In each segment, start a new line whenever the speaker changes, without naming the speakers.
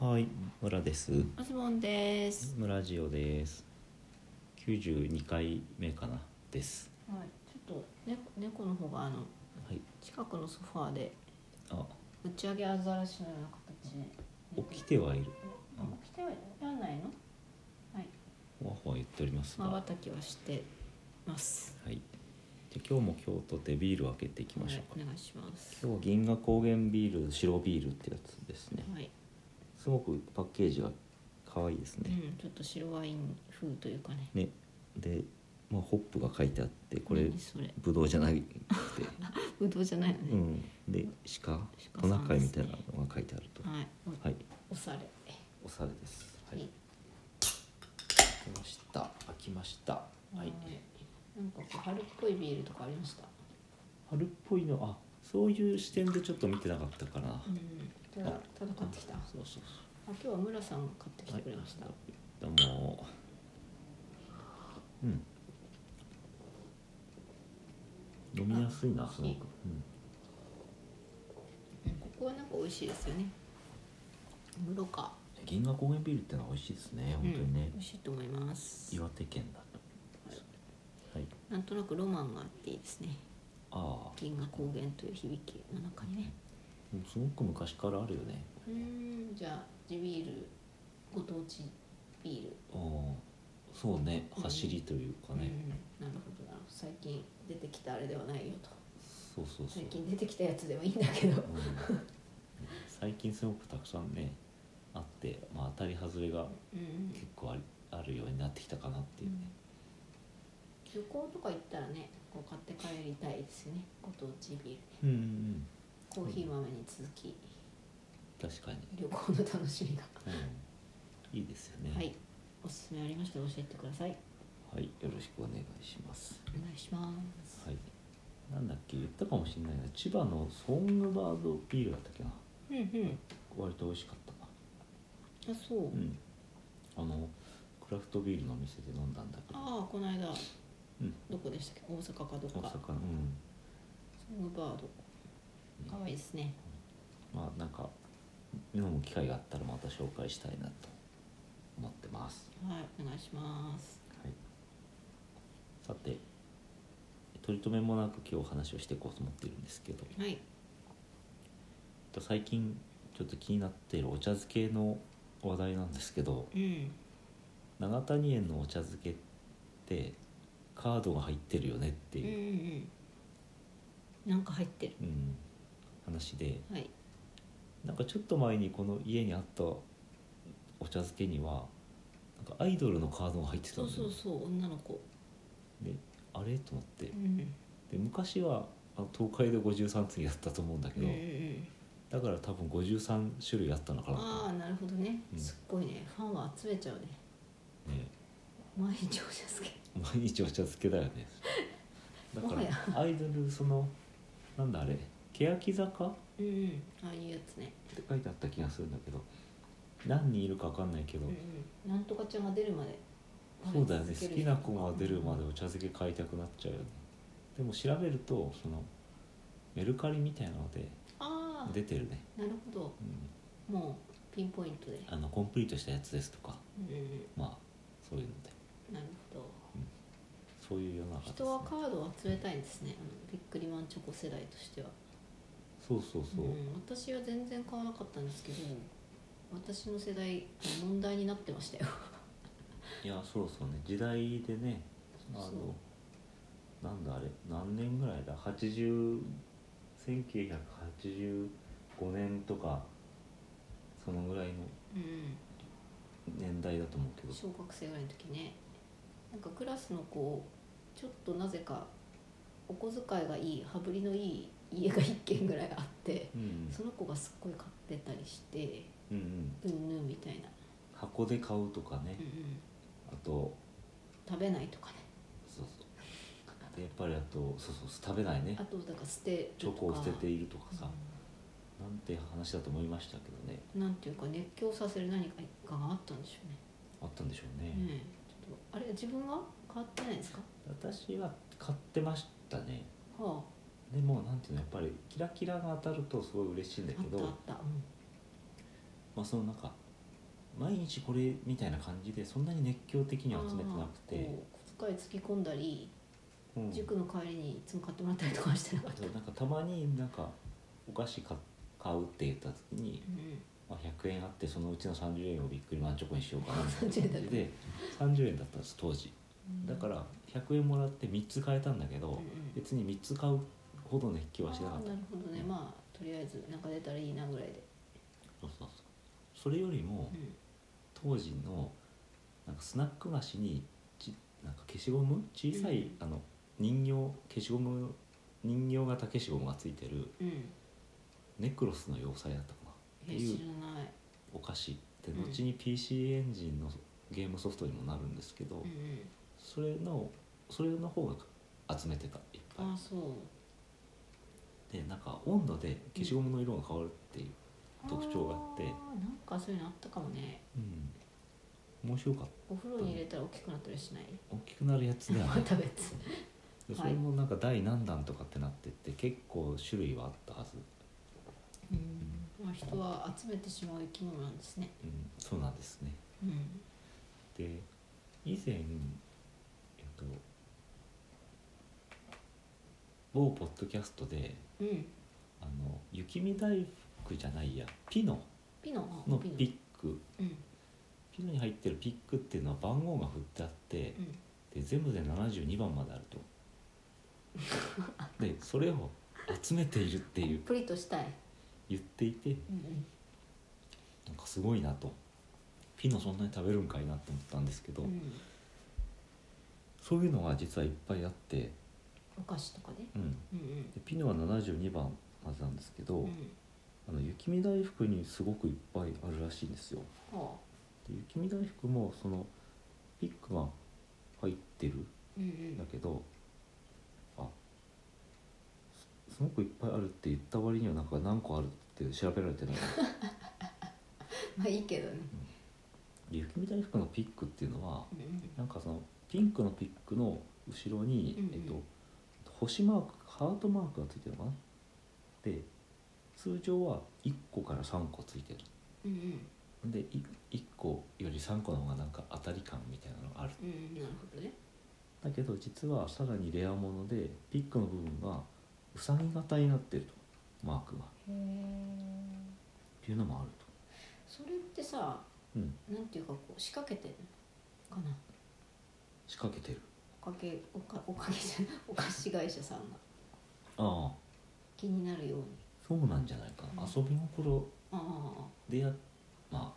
はい、村です。
マスボンです。
村ジオです。92回目かなです。
はい、ちょっと、ね、猫の方があの
はい。
近くのソファーで
あ、
打ち上げアザラシのような形で寝て
起きてはいる。
起きてはやんないの？はい、
ほわほわ言っておりますが。
まば
は
たきはしてます。
い。じゃあ今日も京都でビールを開けていきましょうか。
はいお願いします。
今日は銀河高原ビール白ビールってやつですね。
はい、
すごくパッケージが可愛いです
う
ね。
ん、ちょっと白ワイン風というかね。
ね。で、まあホップが書いてあってこれ
何それ、
ブドウじゃなくて、
ぶどうじゃないの
う
ね。
ん。で鹿
鹿
ト
さ
ナ
ん
カイ
で
み
す
た
ね
いなのが書いてあると。
はい、
はい。
おされ。
お皿です。
はい。
開きました。開きました。は
はいい。。なんかこう春っぽいビールとかありました。
春っぽいの、あ、そういう視点でちょっと見てなかったかな
う。ん。ただ、ただ買ってきた。あ、
そうそう
今日は村さんが買ってき
そう。は
て
い
くれました。
どうも。うん。飲みやすいな、すごく。うん。
ここはなんか美味しいですよね。室ロか。
銀河高原ビールってのは美味しいですね。本当に
うん
ね
美。味しいと思います。
岩手県だ。はい。
なんとなくロマンがあっていいですね。
ああ、
銀河高原という響きの中にね。
すごく昔からあるよね。
うーん、じゃあ、地ビール。ご当地ビール。
ああ、そうね。走りというかね。
うん、なるほどなるほど。最近出てきたあれではないよと。
そうそうそう
最。近出てきたやつでもいいんだけど。
うん最近すごくたくさんねあって、まあ、当たり外れが
うんうん。
結構ありあるようになってきたかなっていうね、
旅行とか行ったらね、こう買って帰りたいですよね。ご当地ビールね。
うんうん
コーヒー豆に続き。
うん、確かに、
旅行の楽しみが。
うん、いいですよね
はい、おすすめありましたら教えてください。
はい、よろしくお願いします、
お願いします。
はい、なんだっけ言ったかもしれないな千葉のソングバードビールだったっけな
うんうん。
割と美味しかったな
あ、そう。
うんあのクラフトビールのお店で飲んだんだけど
ああ、この間
うん
どこでしたっけ？大阪かど
大
っか。ソ
阪のうん
ングバード。可愛いですね。
まあなんか飲む機会があったらまた紹介したいなと思ってます、
はい、お願いします。
はい、さて取り留めもなく今日話をしていこうと思ってるんですけど
はい。
最近ちょっと気になっているお茶漬けの話題なんですけど
うん。
永谷園のお茶漬けってカードが入ってるよねって
うんうん
いう、
うん。なんか入ってる。
うん話で
はい。
なんかちょっと前にこの家にあったお茶漬けにはなんかアイドルのカードが入ってた
そ
ん
う
だよね
そうそう、女の子。
であれと思ってで
うん。
昔はあの東海で53次だったと思うんだけ
うんう
ど、
んうん。
だから多分53種類あったのかなと思
ああ、なるほどね。
うん
すっごいね、ファンは集めちゃうね。
うね
毎日お茶漬け。
毎日お茶漬けだよね だか
もはや
らアイドルそのなんだあれ欅坂っ
うんうん。ああいうやつね。
て書いてあった気がするんだけど何人いるか分かんないけど、
うんうん、なんとかちゃんが出るまで
そうだよね好きな子が出るま
で
でお茶漬け買いたくなっちゃうよねでも調べるとそのメルカリみたいなので
あ
出てるね、
あなるほど
うん、
もうピンポイントで
あのコンプリートしたやつですとか
うんうん
まあそういうので
なるほど
そういう世の中です、ね
人、はカードを集めたいんですねあのビックリマンチョコ世代としては
そうそうそう、
ん、私は全然買わなかったんですけど私の世代問題になってましたよ
いやそうそうね時代でねあ
そう
のなんだあれ何年ぐらいだ80 1985年とかそのぐらいの
うん
年代だと思うけど
小学生ぐらいの時ねなんかクラスの子ちょっとなぜかお小遣いがいい羽振りのいい家が1軒ぐらいあって
うんうん
その子がすっごい買ってたりして
うんうん
うんぬんみたいな、
箱で買うとかね
うんうん、
あと
食べないとかね
そうそうでやっぱりあとそうそう食べないね
あとだから捨てる
チ
と
ョ
か
コを捨てているとかさなんて話だと思いましたけどね
うんなんていうか熱狂させる何かがあったんでしょうね
あったんでしょうね、
ねえちょっとあれ自分は変わってないですか
私は買ってましたね
は
でもなんていうのやっぱりキラキラが当たるとすごい嬉しいんだ
あ
け
あった
ど
あった、うん
まあそのなんか毎日これみたいな感じでそんなに熱狂的には集めてなく
あー
て、
こう小遣いつぎ込んだり、
うん、
塾の帰りにいつも買ってもらったりとかはしてなかった、
そうなんかたまになんかお菓子か買うって言った時に、
うん
まあ、100円あってそのうちの30円をびっくりマンチョコにしようかなみたいな
30円だ
感じ で30円だったんです当時
うん、
だから100円もらって3つ買えたんだけど、
うんうん
別に3つ買うほど熱狂はしなか
あ
っ
ー
た
なるほどねまあとりあえずなんか出たらいいなぐらいで、
そうそうそうそれよりも
うん
当時のなんかスナック菓子にちなんか消しゴム小さい、
うん
あの人形消しゴム人形型消しゴムがついてる
うん
ネクロスの要塞だったかなって
え
いう
知らない、
お菓子で
うん
後に PC エンジンのゲームソフトにもなるんですけど、
うんうん、
それのそれの方が集めてたいっぱい
ああそう
でなんか温度で消しゴムの色が変わるっていう、特徴があって
ーなんかそういうのあったかもね
うん面白かっ
お風呂に入れたら大きくなったりしない
た大きくなるやつでは
ま
ない
た別
でそれもなんか第何弾とかってなってって結構種類はあったはず、
うんまあ人は集めてしまう生き物なんですね
うん、そうなんですね
うん
で以前えっと某ポッドキャストで
うん
あの雪見大福じゃないやピノ
ピノ
の
ピノ
ピック
うん
ピノに入ってるピックっていうのは番号が振ってあって
うん
で全部で72番まである とでそれを集めているっていう
プリとしたい
言っていて
うんうん
なんかすごいなとピノそんなに食べるんかいなって思ったんですけど、
うん
そういうのが実はいっぱいあって、
お菓子とかね
うん、
うんうん
でピノは72番までなんですけど、
うん
あの雪見大福にすごくいっぱいあるらしいんですよ
は
で雪見大福もそのピックが入ってる
あうんうんん
だけどあすすごくいっぱいあるって言った割にはなんか何個あるって調べられてない
まあいいけどね
で雪見大福のピックっていうのは
うんうん
なんかそのピンクのピックの後ろに、
うんうん
えっと、星マークハートマークがついてるのかなで通常は1個から3個ついてる
うんうん
でい1個より3個の方がなんか当たり感みたいなのがある
うんうんなるほどね
だけど実はさらにレアものでピックの部分がウサギ型になってるとマークがっ
へえ
ていうのもある
それってさ
と、うん、
なんていうかこう仕掛けてるのかな
仕掛けてる
おかけおかおかげじゃないお菓子会社さんが
ああ
気になるように
そうなんじゃないかな、
うん
遊び心
ああ
でやま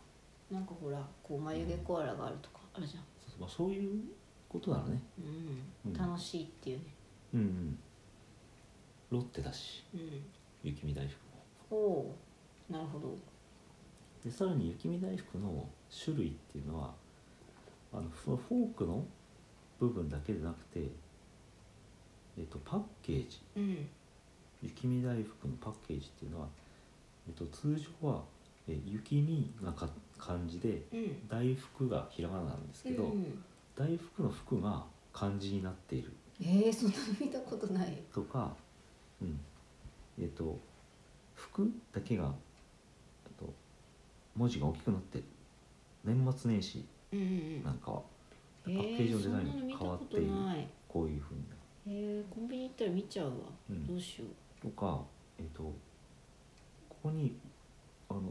あ
なんかほらこう眉毛コアラがあるとかあるじゃん、
そうまあそういうことだろうね
う、
うんん
楽しいっていうね
うんうんロッテだし
うん
雪見大福も
おおなるほど
でさらに雪見大福の種類っていうのはあのフフォークの部分だけでなくて、えっと、パッケージ
うん
雪見大福のパッケージっていうのは、えっと、通常はえ雪見がか漢字で
うん
大福がひらがななんですけど、
うん、
大福の福が漢字になっている
えー、そんなの見たことない
とか、うん、えっ、と服だけがえっと文字が大きくなってる年末年始
うんうんうん
なんかは
え
パッケージのデザイ
ーそんなの
ン
見
が
た
変わ
こ
って
と
いる
ない
こういうふうに
えー、コンビニ行ったら見ちゃうわ、
うん
どうしよ
とか、えっとここにあの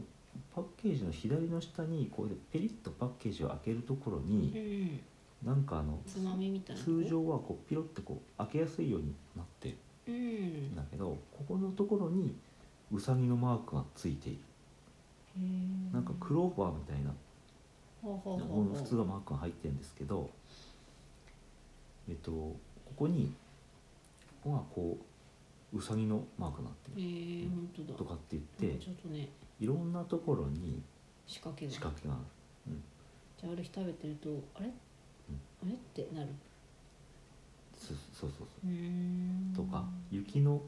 パッケージの左う下にこうやってペリッとパッケージを開けるところ
うう
に、
んうん
なんかあの
つまみみたいな
通常はこうピロってこう開けやすいようになってる
うんん
だけどここのところにウサギのマークがついている。
へー
なんかクローバーみたいな
ほうほうほうほう
普通のマークが入ってるんですけどえっとここにここがこうウサギのマークになって
え
る
ー、本当だ
とかって言って
ちょっとね
いろんなところに
仕掛けが
仕掛けがある
じゃあある日食べてるとあれ、あれってなる
そうそうそう
うーん
そうとか雪の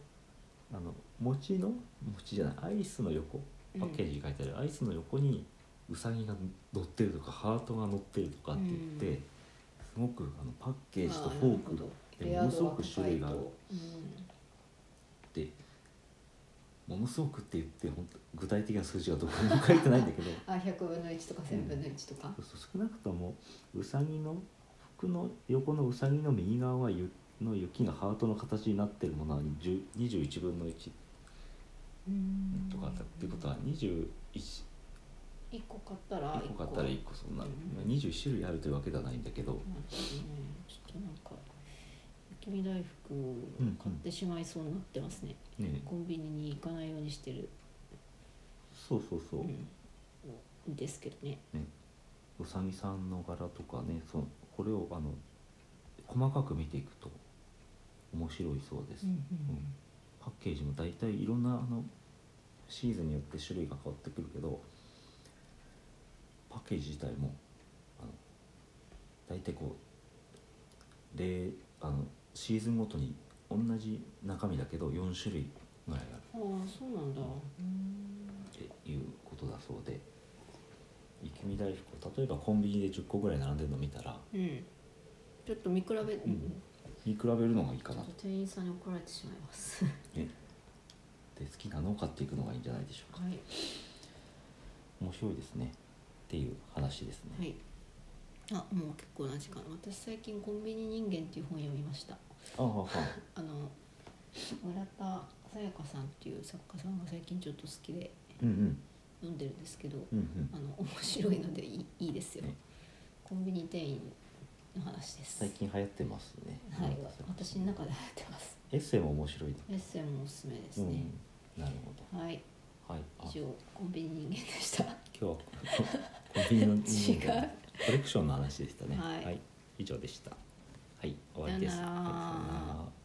あの餅の餅じゃないアイスの横パッケージに書いてあるアイスの横にウサギが乗ってるとかハートが乗ってるとかって言って
う
すごくあのパッケージと
あ
フォー
なるほ
ク
ど
で
レ
も
ア
のす
度
ご
が
く
高
種類
い
がある
とうん
ってものすごくって言って本当具体的な数字がどこにも書いてないんだけど
あ100分の1とか1000分の1とか、
そうそう少なくともうさぎの服の横のうさぎの右側はゆの雪がハートの形になってるものは10 21分の1
うん
とかだったっていうことは21
1個買ったら
1個買ったら1個そんな
うん
21種類あるというわけではないんだけど
なんかねちょっとなんか雪見大福を買ってしまいそうになってますね、
ね
コンビニに行かないようにしてる、、
そうそうそううん
ですけどね
うさぎさんの柄とかねそのこれをあの細かく見ていくと面白いそうです、うんパッケージも大体いろんなあのシーズンによって種類が変わってくるけどパッケージ自体もあの大体こう例あのシーズンごとに同じ中身だけど4種類ぐらいある
ああそうなんだう
っ
ん
ていうことだそうで雪見大福を例えばコンビニで10個ぐらい並んでるの見たら
うんちょっと見比べ、
ん見比べるのがいい
ち
か
ょ
な
っ
と
と店員さんに怒られてしまいますは
ねで好きなのを買っていくのがいいんじゃないでしょうか
い
面白いですねっていう話ですね、
はいあもう結構な時間私最近「コンビニ人間」っていう本読みました
ああああ
あの村田沙耶香さんっていう作家さんが最近ちょっと好きで
うんうん
読んでるんですけど
うんうん
あの面白いのでいいいいですよ
ね
コンビニ店員の話です
最近流行ってますね
はい私の中で流行ってます
エッセイも面白いで
エッセンもおすすめですね、
うん、なるほ
はい
どはいあ
以上コンビニ人間でした
今日はコンビニの人間
違う
コレクションの話でしたね
はい
以上でしたはい終わりです
さよなら
はいさよなら